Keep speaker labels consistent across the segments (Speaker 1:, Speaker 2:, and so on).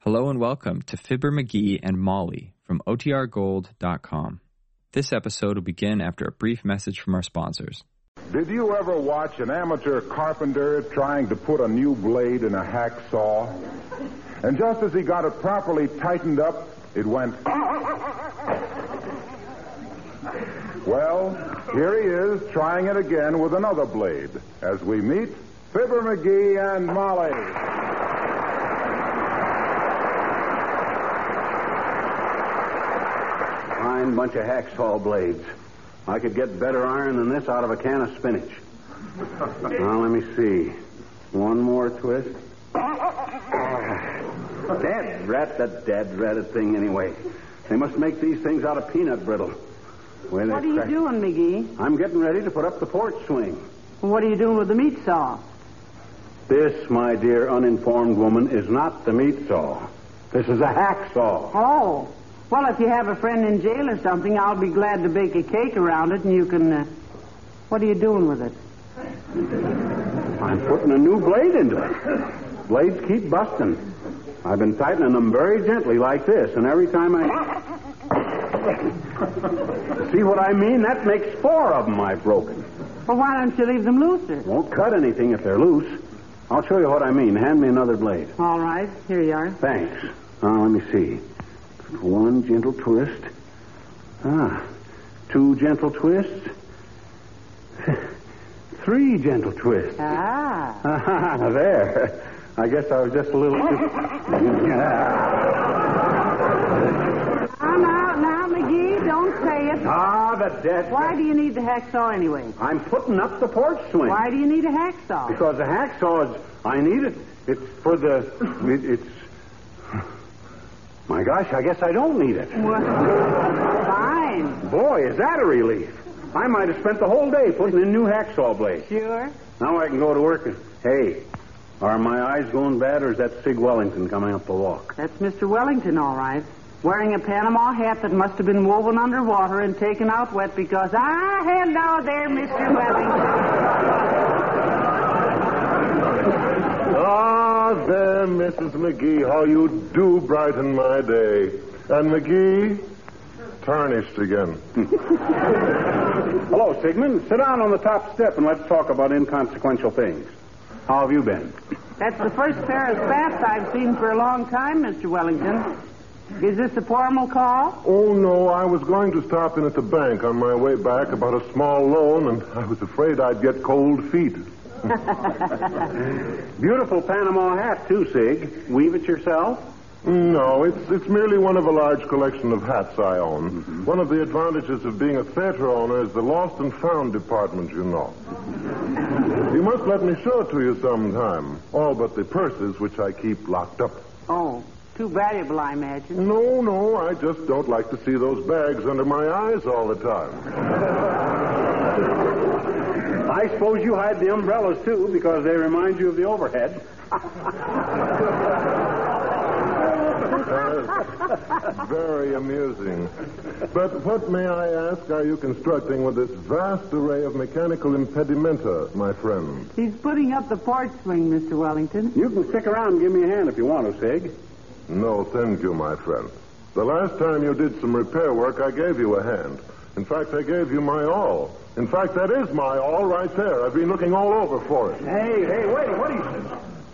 Speaker 1: Hello and welcome to Fibber McGee and Molly from OTRGold.com. This episode will begin after a brief message from our sponsors.
Speaker 2: Did you ever watch an amateur carpenter trying to put a new blade in a hacksaw? And just as he got it properly tightened up, it went. well, here he is trying it again with another blade as we meet Fibber McGee and Molly.
Speaker 3: Fine bunch of hacksaw blades. I could get better iron than this out of a can of spinach. now, let me see. One more twist. Ah, dead rat, the dead ratted thing, anyway. They must make these things out of peanut brittle. Where they
Speaker 4: What are you
Speaker 3: crack-
Speaker 4: doing, McGee?
Speaker 3: I'm getting ready to put up the porch swing.
Speaker 4: What are you doing with the meat saw?
Speaker 3: This, my dear uninformed woman, is not the meat saw. This is a hacksaw.
Speaker 4: Oh, well, if you have a friend in jail or something, I'll be glad to bake a cake around it, and you can. Uh... What are you doing with it?
Speaker 3: I'm putting a new blade into it. Blades keep busting. I've been tightening them very gently like this, and every time I. See what I mean? That makes four of them I've broken.
Speaker 4: Well, why don't you leave them looser?
Speaker 3: Won't cut anything if they're loose. I'll show you what I mean. Hand me another blade.
Speaker 4: All right, here you are.
Speaker 3: Thanks. Now, let me see. One gentle twist. Ah, two gentle twists. Three gentle twists.
Speaker 4: Ah,
Speaker 3: Ah, there. I guess I was just a little.
Speaker 4: now, now, now, McGee, don't say it.
Speaker 3: ah, the dead.
Speaker 4: Why do you need the hacksaw anyway?
Speaker 3: I'm putting up the porch swing.
Speaker 4: Why do you need a hacksaw?
Speaker 3: Because the hacksaw's. I need it. It's for the. It, it's. My gosh, I guess I don't need it.
Speaker 4: Well, fine,
Speaker 3: Boy, is that a relief. I might have spent the whole day putting in new hacksaw blades.
Speaker 4: sure.
Speaker 3: Now I can go to work and. Hey, are my eyes going bad or is that Sig Wellington coming up the walk?
Speaker 4: That's Mr. Wellington, all right. Wearing a Panama hat that must have been woven underwater and taken out wet because. Ah, hello there, Mr. Wellington.
Speaker 5: Ah, there, Mrs. McGee, how you do brighten my day. And McGee, tarnished again.
Speaker 3: Hello, Sigmund. Sit down on the top step and let's talk about inconsequential things. How have you been?
Speaker 4: That's the first pair of spats I've seen for a long time, Mr. Wellington. Is this a formal call?
Speaker 5: Oh, no, I was going to stop in at the bank on my way back about a small loan, and I was afraid I'd get cold feet.
Speaker 3: Beautiful Panama hat, too, Sig. Weave it yourself?
Speaker 5: No, it's, it's merely one of a large collection of hats I own. One of the advantages of being a theater owner is the lost and found department, you know. you must let me show it to you sometime, all but the purses, which I keep locked up.
Speaker 4: Oh, too valuable, I imagine.
Speaker 5: No, no, I just don't like to see those bags under my eyes all the time.
Speaker 3: I suppose you hide the umbrellas, too, because they remind you of the overhead.
Speaker 5: Very amusing. But what, may I ask, are you constructing with this vast array of mechanical impedimenta, my friend?
Speaker 4: He's putting up the porch swing, Mr. Wellington.
Speaker 3: You can stick around and give me a hand if you want to, Sig.
Speaker 5: No, thank you, my friend. The last time you did some repair work, I gave you a hand. In fact, I gave you my all. In fact, that is my all right there. I've been looking all over for it.
Speaker 3: Hey, hey, wait, what do you say?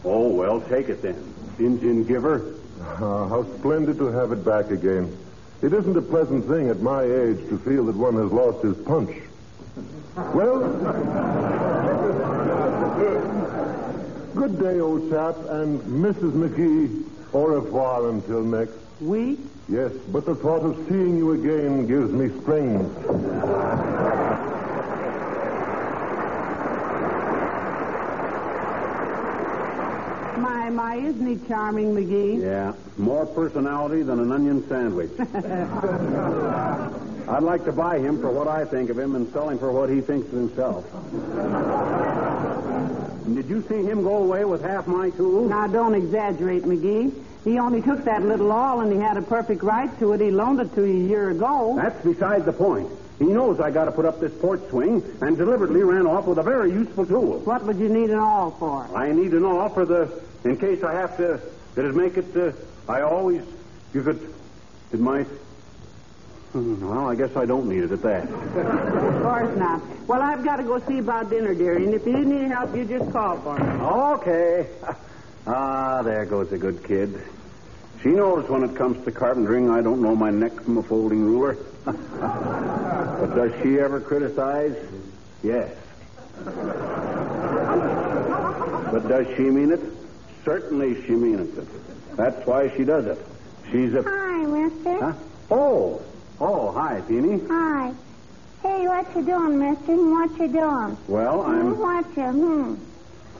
Speaker 3: Oh, well, take it then. Injun giver.
Speaker 5: Ah, how splendid to have it back again. It isn't a pleasant thing at my age to feel that one has lost his punch. Well, good day, old chap, and Mrs. McGee, au revoir until next.
Speaker 4: We?
Speaker 5: Yes, but the thought of seeing you again gives me strength.
Speaker 4: My, my, isn't he charming, McGee?
Speaker 3: Yeah, more personality than an onion sandwich. I'd like to buy him for what I think of him and sell him for what he thinks of himself. And Did you see him go away with half my tools?
Speaker 4: Now, don't exaggerate, McGee. He only took that little all, and he had a perfect right to it. He loaned it to you a year ago.
Speaker 3: That's beside the point. He knows I got to put up this porch swing and deliberately ran off with a very useful tool.
Speaker 4: What would you need an all for?
Speaker 3: I need an all for the in case I have to. It'd make it uh, I always. You could. It might. Hmm, Well, I guess I don't need it at that.
Speaker 4: Of course not. Well, I've got to go see about dinner, dearie, and if you need help, you just call for me.
Speaker 3: Okay. Ah, there goes a good kid. She knows when it comes to carpentering, I don't know my neck from a folding ruler. but does she ever criticize? Yes. but does she mean it? Certainly she means it. That's why she does it. She's a.
Speaker 6: Hi, mister.
Speaker 3: Huh? Oh. Oh, hi, Peony.
Speaker 6: Hi. Hey, what you doing, mister? And What you doing?
Speaker 3: Well,
Speaker 6: Hmm,
Speaker 3: I'm
Speaker 6: What you, hmm.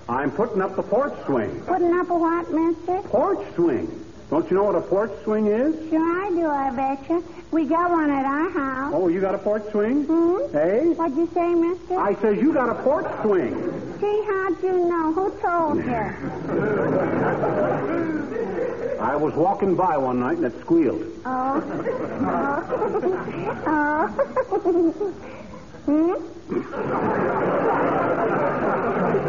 Speaker 3: I'm putting up the porch swing.
Speaker 6: Putting up a what, mister?
Speaker 3: Porch swing. Don't you know what a porch swing is?
Speaker 6: Sure I do, I betcha. We got one at our house.
Speaker 3: Oh, you got a porch swing?
Speaker 6: Hmm?
Speaker 3: Hey?
Speaker 6: What'd you say, mister?
Speaker 3: Oh. Eh. I says you got a porch swing.
Speaker 6: Gee, how'd you know? Who told you?
Speaker 3: I was walking by one night and it squealed.
Speaker 6: Oh. Oh. oh. hmm?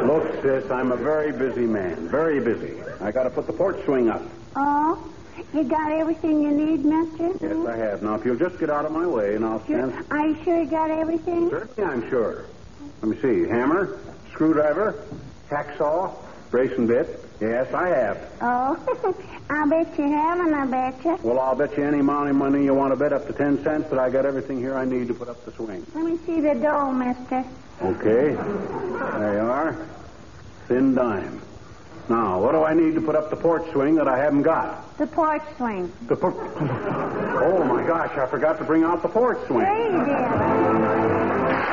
Speaker 3: Look, sis, I'm a very busy man. Very busy. I gotta put the porch swing up.
Speaker 6: Oh? You got everything you need, mister?
Speaker 3: Yes,
Speaker 6: Hmm?
Speaker 3: I have. Now if you'll just get out of my way and I'll
Speaker 6: Sure.
Speaker 3: stand.
Speaker 6: Are you sure you got everything?
Speaker 3: Certainly I'm sure. Let me see. Hammer, screwdriver, hacksaw, brace and bit. Yes, I have.
Speaker 6: Oh. I bet you haven't, I betcha.
Speaker 3: Well, I'll bet you any amount of money you want to bet up to ten cents that I got everything here I need to put up the swing.
Speaker 6: Let me see the dough, mister.
Speaker 3: Okay. There you are. Thin dime. Now, what do I need to put up the porch swing that I haven't got?
Speaker 6: The porch swing.
Speaker 3: The por- Oh my gosh, I forgot to bring out the porch
Speaker 6: There
Speaker 3: swing.
Speaker 6: you did.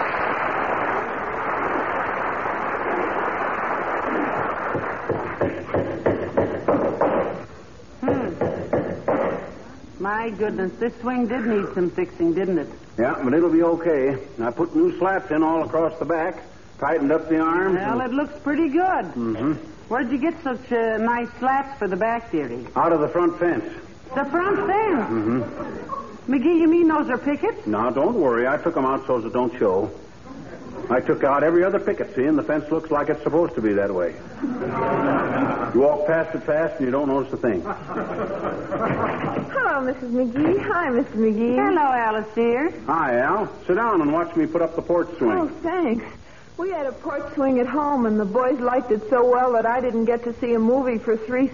Speaker 4: My goodness, this swing did need some fixing, didn't it?
Speaker 3: Yeah, but it'll be okay. I put new slats in all across the back, tightened up the arms.
Speaker 4: Well, it looks pretty good. Mm-hmm. Where'd you get such uh, nice slats for the back, dearie?
Speaker 3: Out of the front fence.
Speaker 4: The front fence. Mm-hmm. McGee, you mean those are pickets?
Speaker 3: Now, don't worry. I took them out so it don't show. I took out every other picket, see, and the fence looks like it's supposed to be that way. you walk past it fast and you don't notice a thing.
Speaker 7: Hello, Mrs. McGee. Hi, Mr. McGee.
Speaker 4: Hello, Alice dear.
Speaker 3: Hi, Al. Sit down and watch me put up the porch
Speaker 7: Oh,
Speaker 3: swing.
Speaker 7: thanks. We had a porch swing at home, and the boys liked it so well that I didn't get to see a movie for three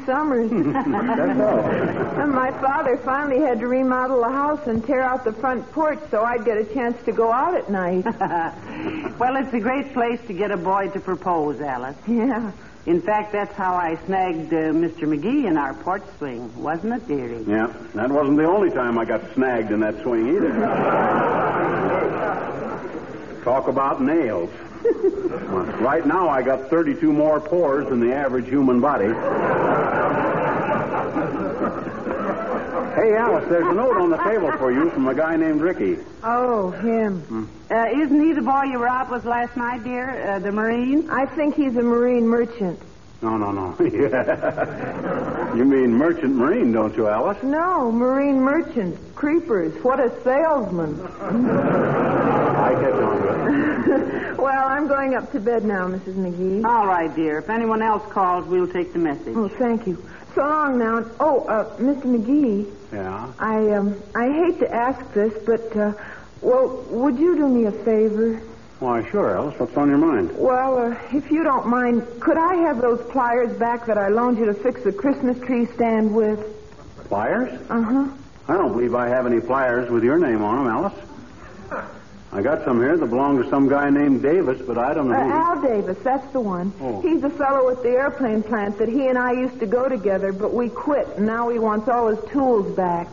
Speaker 7: summers.
Speaker 3: That's all.
Speaker 7: and my father finally had to remodel the house and tear out the front porch so I'd get a chance to go out at night.
Speaker 4: well, it's a great place to get a boy to propose, Alice.
Speaker 7: yeah.
Speaker 4: In fact, that's how I snagged uh, Mr. McGee in our porch swing, wasn't it, dearie?
Speaker 3: Yeah, that wasn't the only time I got snagged in that swing either. Talk about nails. Well, right now, I got 32 more pores than the average human body. hey, Alice, there's a note on the table for you from a guy named Ricky.
Speaker 7: Oh, him.
Speaker 4: Uh, isn't he the boy you were out with last night, dear? Uh, the Marine?
Speaker 7: I think he's a marine merchant.
Speaker 3: No, no, no. you mean merchant marine, don't you, Alice?
Speaker 7: No, marine merchant. Creepers. What a salesman.
Speaker 3: I catch on to it.
Speaker 7: well, I'm going up to bed now, Mrs. McGee.
Speaker 4: All right, dear. If anyone else calls, we'll take the message.
Speaker 7: Oh, thank you. So long now. Oh, uh, Mr. McGee,
Speaker 3: Yeah.
Speaker 7: I um, I hate to ask this, but uh, well, would you do me a favor?
Speaker 3: Why, sure, Alice. What's on your mind?
Speaker 7: Well, uh, if you don't mind, could I have those pliers back that I loaned you to fix the Christmas tree stand with?
Speaker 3: Pliers?
Speaker 7: Uh huh.
Speaker 3: I don't believe I have any pliers with your name on them, Alice. I got some here that belong to some guy named Davis, but I don't know.
Speaker 7: Uh,
Speaker 3: who-
Speaker 7: Al Davis, that's the one.
Speaker 3: Oh.
Speaker 7: He's the fellow at the airplane plant that he and I used to go together, but we quit, and now he wants all his tools back.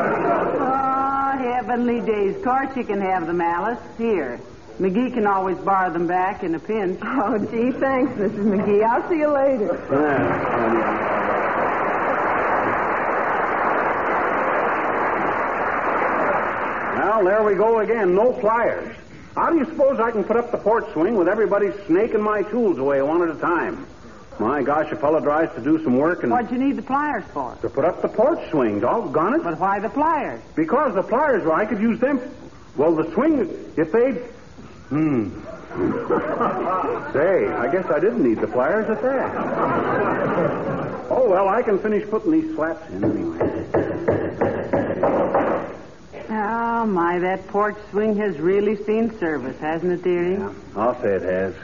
Speaker 4: Oh, heavenly days. Of course you can have them, Alice. Here. McGee can always borrow them back in a pinch.
Speaker 7: Oh, gee, thanks, Mrs. McGee. I'll see you later.
Speaker 3: Yeah, Uh, yeah, yeah. Well, there we go again. No pliers. How do you suppose I can put up the porch swing with everybody snaking my tools away one at a time? My gosh, a fellow tries to do some work and
Speaker 4: What'd you need the pliers for?
Speaker 3: to put up the porch swing. Doggone it.
Speaker 4: But why the pliers?
Speaker 3: Because the pliers were, I could use them. Well, the swing, if they'd. Hmm. Say, I guess I didn't need the pliers at that. Oh, well, I can finish putting these slats in anyway.
Speaker 4: Oh, my, that porch swing has really seen service, hasn't it, dearie?
Speaker 3: I'll say it has.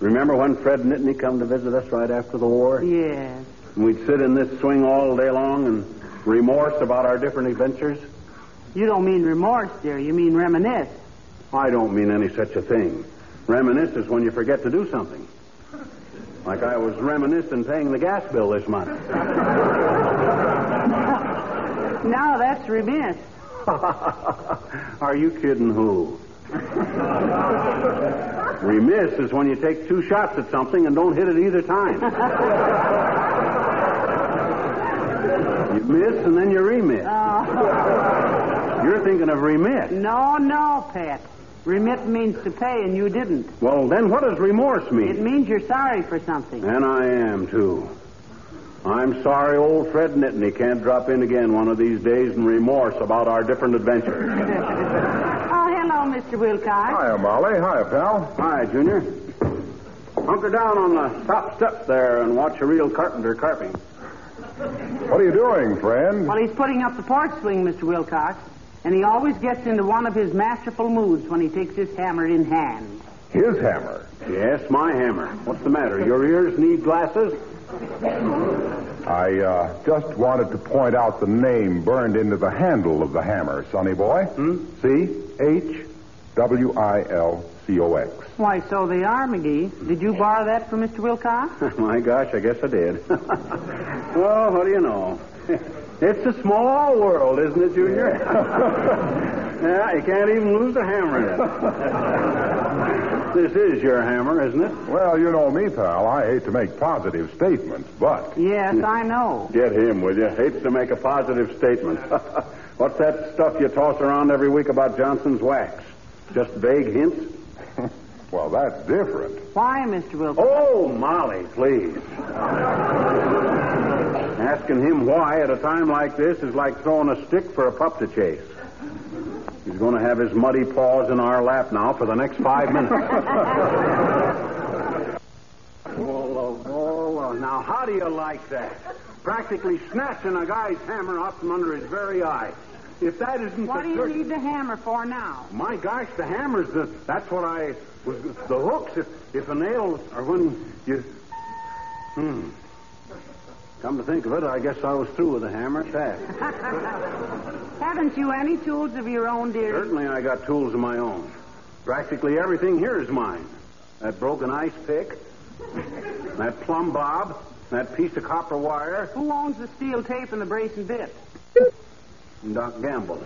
Speaker 3: Remember when Fred Nittany come to visit us right after the war?
Speaker 4: Yes.
Speaker 3: And we'd sit in this swing all day long and remorse about our different adventures?
Speaker 4: You don't mean remorse, dear. You mean reminisce.
Speaker 3: I don't mean any such a thing. Reminisce is when you forget to do something. Like I was reminiscing paying the gas bill this month.
Speaker 4: No, that's remiss.
Speaker 3: Are you kidding who? Remiss is when you take two shots at something and don't hit it either time. you miss and then you remiss.
Speaker 4: Oh.
Speaker 3: You're thinking of remiss.
Speaker 4: No, no, Pat. Remit means to pay, and you didn't.
Speaker 3: Well, then what does remorse
Speaker 4: It
Speaker 3: mean?
Speaker 4: means you're sorry for something.
Speaker 3: And I am, too. I'm sorry old Fred Nittany can't drop in again one of these days and remorse about our different adventures.
Speaker 4: oh, hello, Mr. Wilcox.
Speaker 2: Hiya, Molly. Hiya, pal.
Speaker 3: Hi, Junior. Hunker down on the top step there and watch a real carpenter carping.
Speaker 2: What are you doing, friend?
Speaker 4: Well, he's putting up the porch swing, Mr. Wilcox, and he always gets into one of his masterful moods when he takes his hammer in hand.
Speaker 2: His hammer.
Speaker 3: Yes, my hammer. What's the matter? Your ears need glasses?
Speaker 2: I uh, just wanted to point out the name burned into the handle of the hammer, sonny boy. C H W I L C O X.
Speaker 4: Why, so they are, McGee. Did you borrow that from Mr. Wilcox?
Speaker 3: my gosh, I guess I did. well, what do you know? It's a small world, isn't it, Junior? Yeah, you can't even lose a hammer in it. this is your hammer, isn't it?
Speaker 2: Well, you know me, pal. I hate to make positive statements, but
Speaker 4: Yes, I know.
Speaker 3: Get him, will you? Hates to make a positive statement. What's that stuff you toss around every week about Johnson's wax? Just vague hints?
Speaker 2: well, that's different.
Speaker 4: Why, Mr. Wilcox?
Speaker 3: Oh, Molly, please. Asking him why at a time like this is like throwing a stick for a pup to chase. He's going to have his muddy paws in our lap now for the next five minutes. oh, oh, oh, now how do you like that? Practically snatching a guy's hammer out from under his very eye. If that isn't
Speaker 4: What
Speaker 3: the
Speaker 4: do you
Speaker 3: dirt-
Speaker 4: need the hammer for now?
Speaker 3: my gosh, the hammers, the, that's what I was. The hooks, if, if a nail, or when you. Hmm. Come to think of it, I guess I was through with the hammer at that.
Speaker 4: Haven't you any tools of your own, dear?
Speaker 3: Certainly, I got tools of my own. Practically everything here is mine. That broken ice pick, that plumb bob, that piece of copper wire,
Speaker 4: Who owns the steel tape and the brace and bit?
Speaker 3: and Doc Gamble.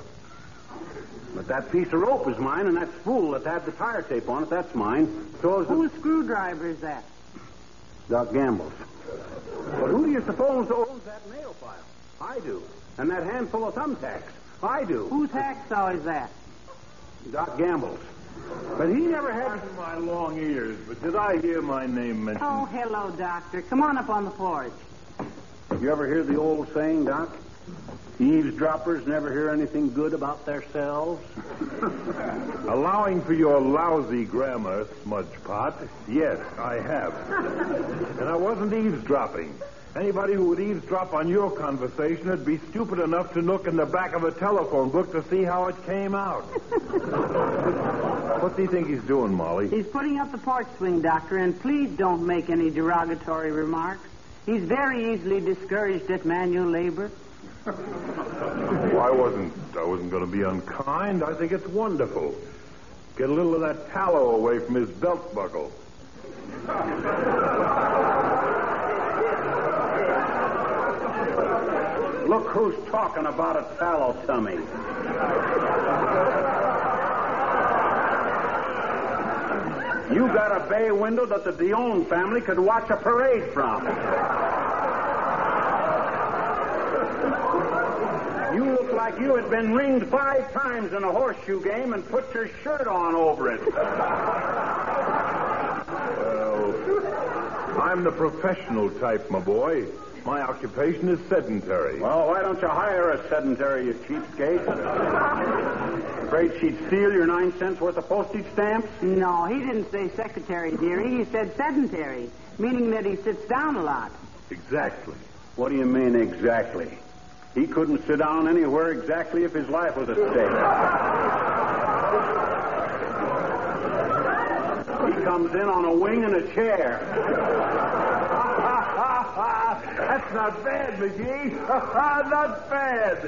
Speaker 3: But that piece of rope is mine, and that spool that had the tire tape on it, that's mine. So is the
Speaker 4: Whose screwdriver is that?
Speaker 3: Doc Gamble's. But who do you suppose owns that nail file? I do. And that handful of thumbtacks? I do.
Speaker 4: Whose hacksaw is that?
Speaker 3: Doc Gamble's. But he never had.
Speaker 5: Pardon my long ears, but did I hear my name mentioned?
Speaker 4: Oh, hello, Doctor. Come on up on the porch.
Speaker 3: You ever hear the old saying, Doc? Eavesdroppers never hear anything good about themselves.
Speaker 5: Allowing for your lousy grammar, Smudgepot, yes, I have. and I wasn't eavesdropping. Anybody who would eavesdrop on your conversation would be stupid enough to look in the back of a telephone book to see how it came out. what do you think he's doing, Molly?
Speaker 4: He's putting up the porch swing, Doctor, and please don't make any derogatory remarks. He's very easily discouraged at manual labor.
Speaker 5: Oh, I wasn't. I wasn't going to be unkind. I think it's wonderful. Get a little of that tallow away from his belt buckle.
Speaker 3: Look who's talking about a fallow tummy. You got a bay window that the Dion family could watch a parade from. You look like you had been ringed five times in a horseshoe game and put your shirt on over it.
Speaker 5: Well, I'm the professional type, my boy. My occupation is sedentary.
Speaker 3: Well, why don't you hire a sedentary, you cheapskate? afraid she'd steal your nine cents worth of postage stamps?
Speaker 4: No, he didn't say secretary, dearie. He said sedentary, meaning that he sits down a lot.
Speaker 3: Exactly. What do you mean, exactly? He couldn't sit down anywhere exactly if his life was at stake. he comes in on a wing and a chair.
Speaker 5: That's not bad, McGee. not bad.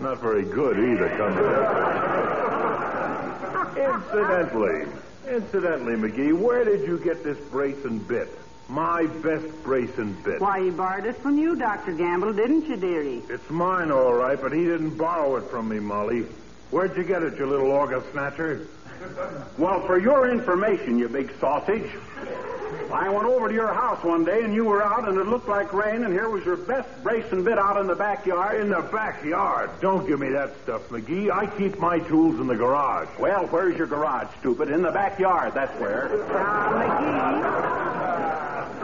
Speaker 5: not very good either, Cumberland. incidentally, incidentally, McGee, where did you get this brace and bit? My best brace and bit.
Speaker 4: Why, you borrowed it from you, Dr. Gamble, didn't you, dearie?
Speaker 5: It's mine, all right, but he didn't borrow it from me, Molly. Where'd you get it, you little auger snatcher?
Speaker 3: Well, for your information, you big sausage, I went over to your house one day and you were out and it looked like rain and here was your best brace and bit out in the backyard.
Speaker 5: In the backyard. Don't give me that stuff, McGee. I keep my tools in the garage.
Speaker 3: Well, where's your garage, stupid? In the backyard, that's where.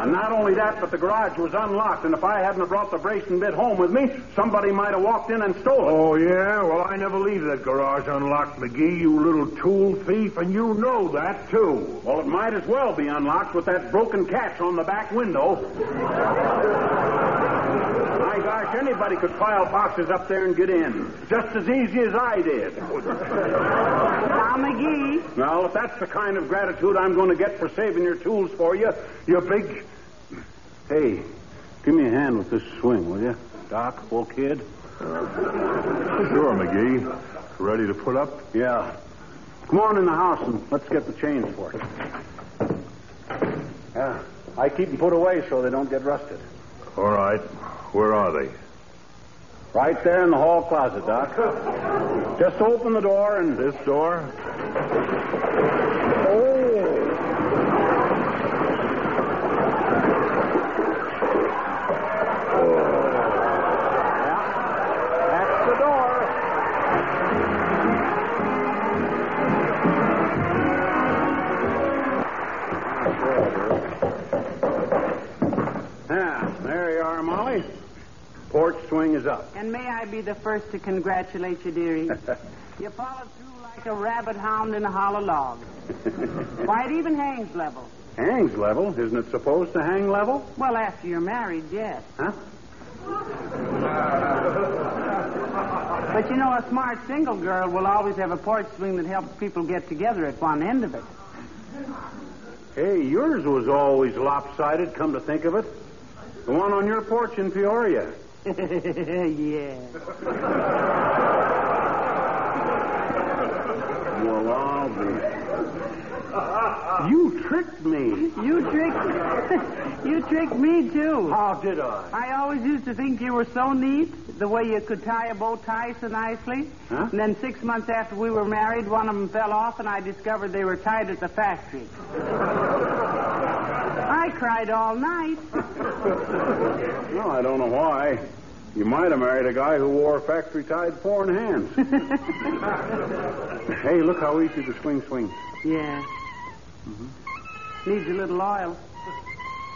Speaker 3: And not only that, but the garage was unlocked, and if I hadn't have brought the brace and bit home with me, somebody might have walked in and stolen it.
Speaker 5: Oh, yeah? Well, I never leave that garage unlocked, McGee, you little tool thief, and you know that, too.
Speaker 3: Well, it might as well be unlocked with that broken catch on the back window. My gosh, anybody could pile boxes up there and get in. Just as easy as I did.
Speaker 4: Now, McGee,
Speaker 3: Well, if that's the kind of gratitude I'm going to get for saving your tools for you, you big. Hey, give me a hand with this swing, will you? Doc, old kid?
Speaker 5: Sure, McGee. Ready to put up?
Speaker 3: Yeah. Come on in the house and let's get the chains for it. Yeah. I keep them put away so they don't get rusted.
Speaker 5: All right. Where are they?
Speaker 3: Right there in the hall closet, Doc. Just open the door and.
Speaker 5: This door?
Speaker 3: That's the door. Yeah, there you are, Molly. Porch swing is up.
Speaker 4: and may I be the first to congratulate you, dearie. you followed through like a rabbit hound in a hollow log. Why, it even hangs level.
Speaker 3: Hangs level. Isn't it supposed to hang level?
Speaker 4: Well, after you're married, yes.
Speaker 3: Huh?
Speaker 4: But you know, a smart single girl will always have a porch swing that helps people get together at one end of it.
Speaker 3: Hey, yours was always lopsided, come to think of it. The one on your porch in Peoria.
Speaker 4: yeah.
Speaker 3: Well, I'll be. You tricked me.
Speaker 4: You tricked you tricked me too.
Speaker 3: How did I?
Speaker 4: I always used to think you were so neat, the way you could tie a bow tie so nicely.
Speaker 3: Huh?
Speaker 4: And then six months after we were married, one of them fell off, and I discovered they were tied at the factory. I cried all night.
Speaker 3: No, I don't know why. You might have married a guy who wore factory tied four in hands. hey, look how easy the swing swings.
Speaker 4: Yeah. Needs a little oil.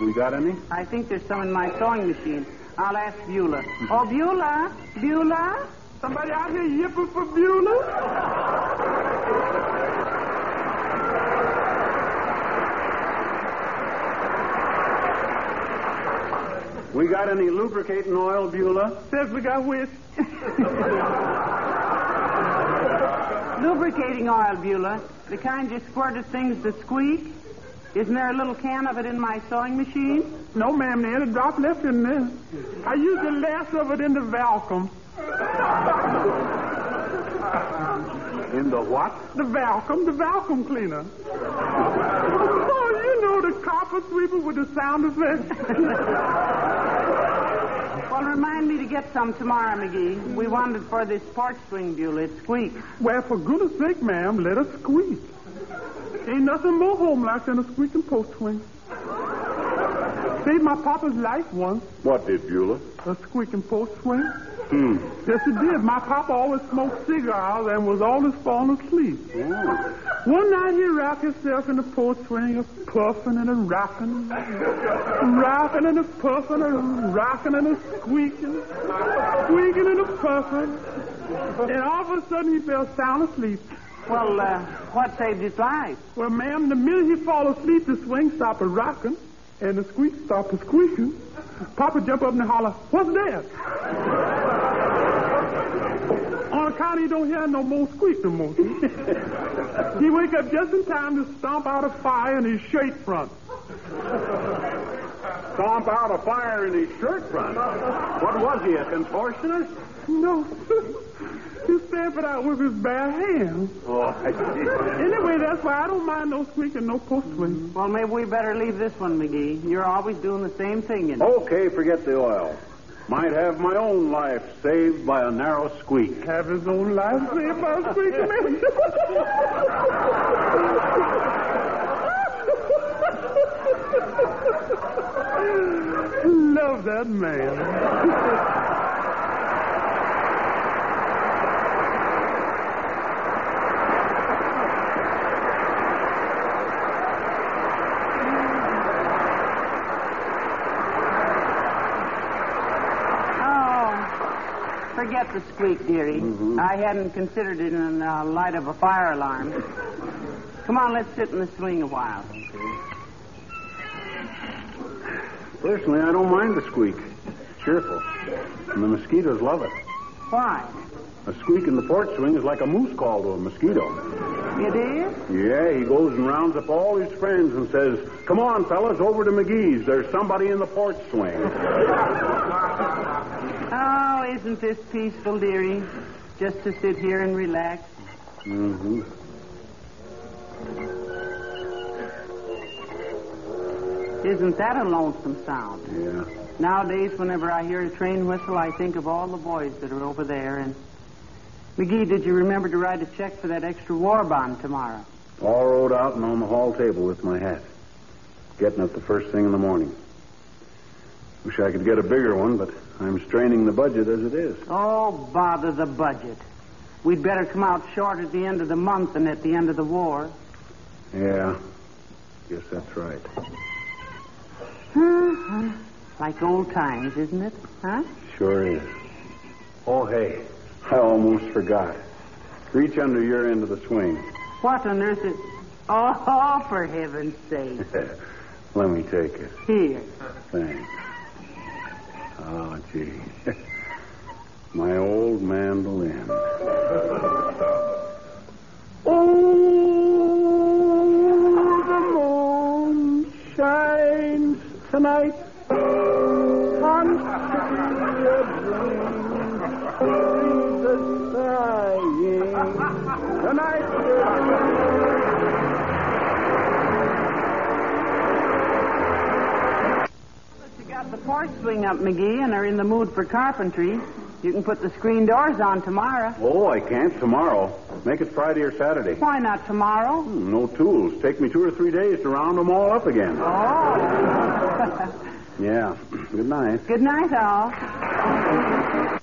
Speaker 3: We got any?
Speaker 4: I think there's some in my sewing machine. I'll ask Beulah. Oh, Beulah? Beulah? Somebody out here yipping for Beulah?
Speaker 3: We got any lubricating oil, Beulah?
Speaker 4: Says we got whisk. Lubricating oil, Beulah. The kind you squirt at things that squeak. Isn't there a little can of it in my sewing machine?
Speaker 8: No, ma'am, there ain't a drop left in there. I used the last of it in the Valcom.
Speaker 3: In the what?
Speaker 8: The Valcom, the Valcom cleaner. oh, you know, the copper sweeper with the sound effect.
Speaker 4: Well, remind me to get some tomorrow, McGee. We wanted for this porch swing, Beulah. It squeaks.
Speaker 8: well, for goodness sake, ma'am, let us squeak. Ain't nothing more homelike than a squeaking post swing. Saved my papa's life once,
Speaker 5: What did Beulah?
Speaker 8: a squeaking post swing. Yes, it did. My papa always smoked cigars and was always falling asleep.
Speaker 3: Yeah.
Speaker 8: One night he wrapped himself in a porch swing, a puffing and a rocking, rocking and a puffing, a rocking and a squeaking, squeaking and a puffing. And all of a sudden, he fell sound asleep.
Speaker 4: Well, uh, what saved his life?
Speaker 8: Well, ma'am, the minute he fall asleep, the swing stopped a rocking, and the squeak stopped a squeaking. Papa jump up and holler, "What's that?" On account he don't hear no more squeak no more. see? he wake up just in time to stomp out a fire in his shirt front.
Speaker 3: Stomp out a fire in his shirt front. What was he, a contortionist?
Speaker 8: No, he stamped it out with his bare hands.
Speaker 3: Oh, I see.
Speaker 8: Anyway, that's why I don't mind no squeaking, no post swing.
Speaker 4: Well, maybe we better leave this one, McGee. You're always doing the same thing, you know.
Speaker 3: Okay, forget the oil. Might have my own life saved by a narrow squeak.
Speaker 8: Have his own life saved by a squeaking man. Love that man.
Speaker 4: Oh, forget the squeak, dearie. I hadn't considered it in the light of a fire alarm. Come on, let's sit in the swing a while.
Speaker 3: Personally, I don't mind the squeak. It's cheerful. And the mosquitoes love it.
Speaker 4: Why?
Speaker 3: A squeak in the port swing is like a moose call to a mosquito.
Speaker 4: It is?
Speaker 3: Yeah, he goes and rounds up all his friends and says, Come on, fellas, over to McGee's. There's somebody in the port swing.
Speaker 4: Oh, isn't this peaceful, dearie? Just to sit here and relax.
Speaker 3: mm-hmm.
Speaker 4: Isn't that a lonesome sound?
Speaker 3: Yeah.
Speaker 4: Nowadays, whenever I hear a train whistle, I think of all the boys that are over there. And McGee, did you remember to write a check for that extra war bond tomorrow?
Speaker 3: All rode out and on the hall table with my hat. Getting up the first thing in the morning. Wish I could get a bigger one, but I'm straining the budget as it is.
Speaker 4: Oh, bother the budget. We'd better come out short at the end of the month than at the end of the war.
Speaker 3: Yeah. Guess that's right.
Speaker 4: Like old times, isn't it? Huh?
Speaker 3: Sure is. Oh, hey. I almost forgot. Reach under your end of the swing.
Speaker 4: What on earth is. Oh, for heaven's sake.
Speaker 3: Let me take it.
Speaker 4: Here.
Speaker 3: Thanks. Oh, gee. My old mandolin.
Speaker 8: Oh, the moon shines tonight on the dying tonight.
Speaker 4: You got the porch swing up, McGee, and are in the mood for carpentry. You can put the screen doors on tomorrow.
Speaker 3: Oh, I can't tomorrow. Make it Friday or Saturday.
Speaker 4: Why not tomorrow?
Speaker 3: Hmm, No tools. Take me two or three days to round them all up again.
Speaker 4: Oh.
Speaker 3: Yeah. Good night.
Speaker 4: Good night, all.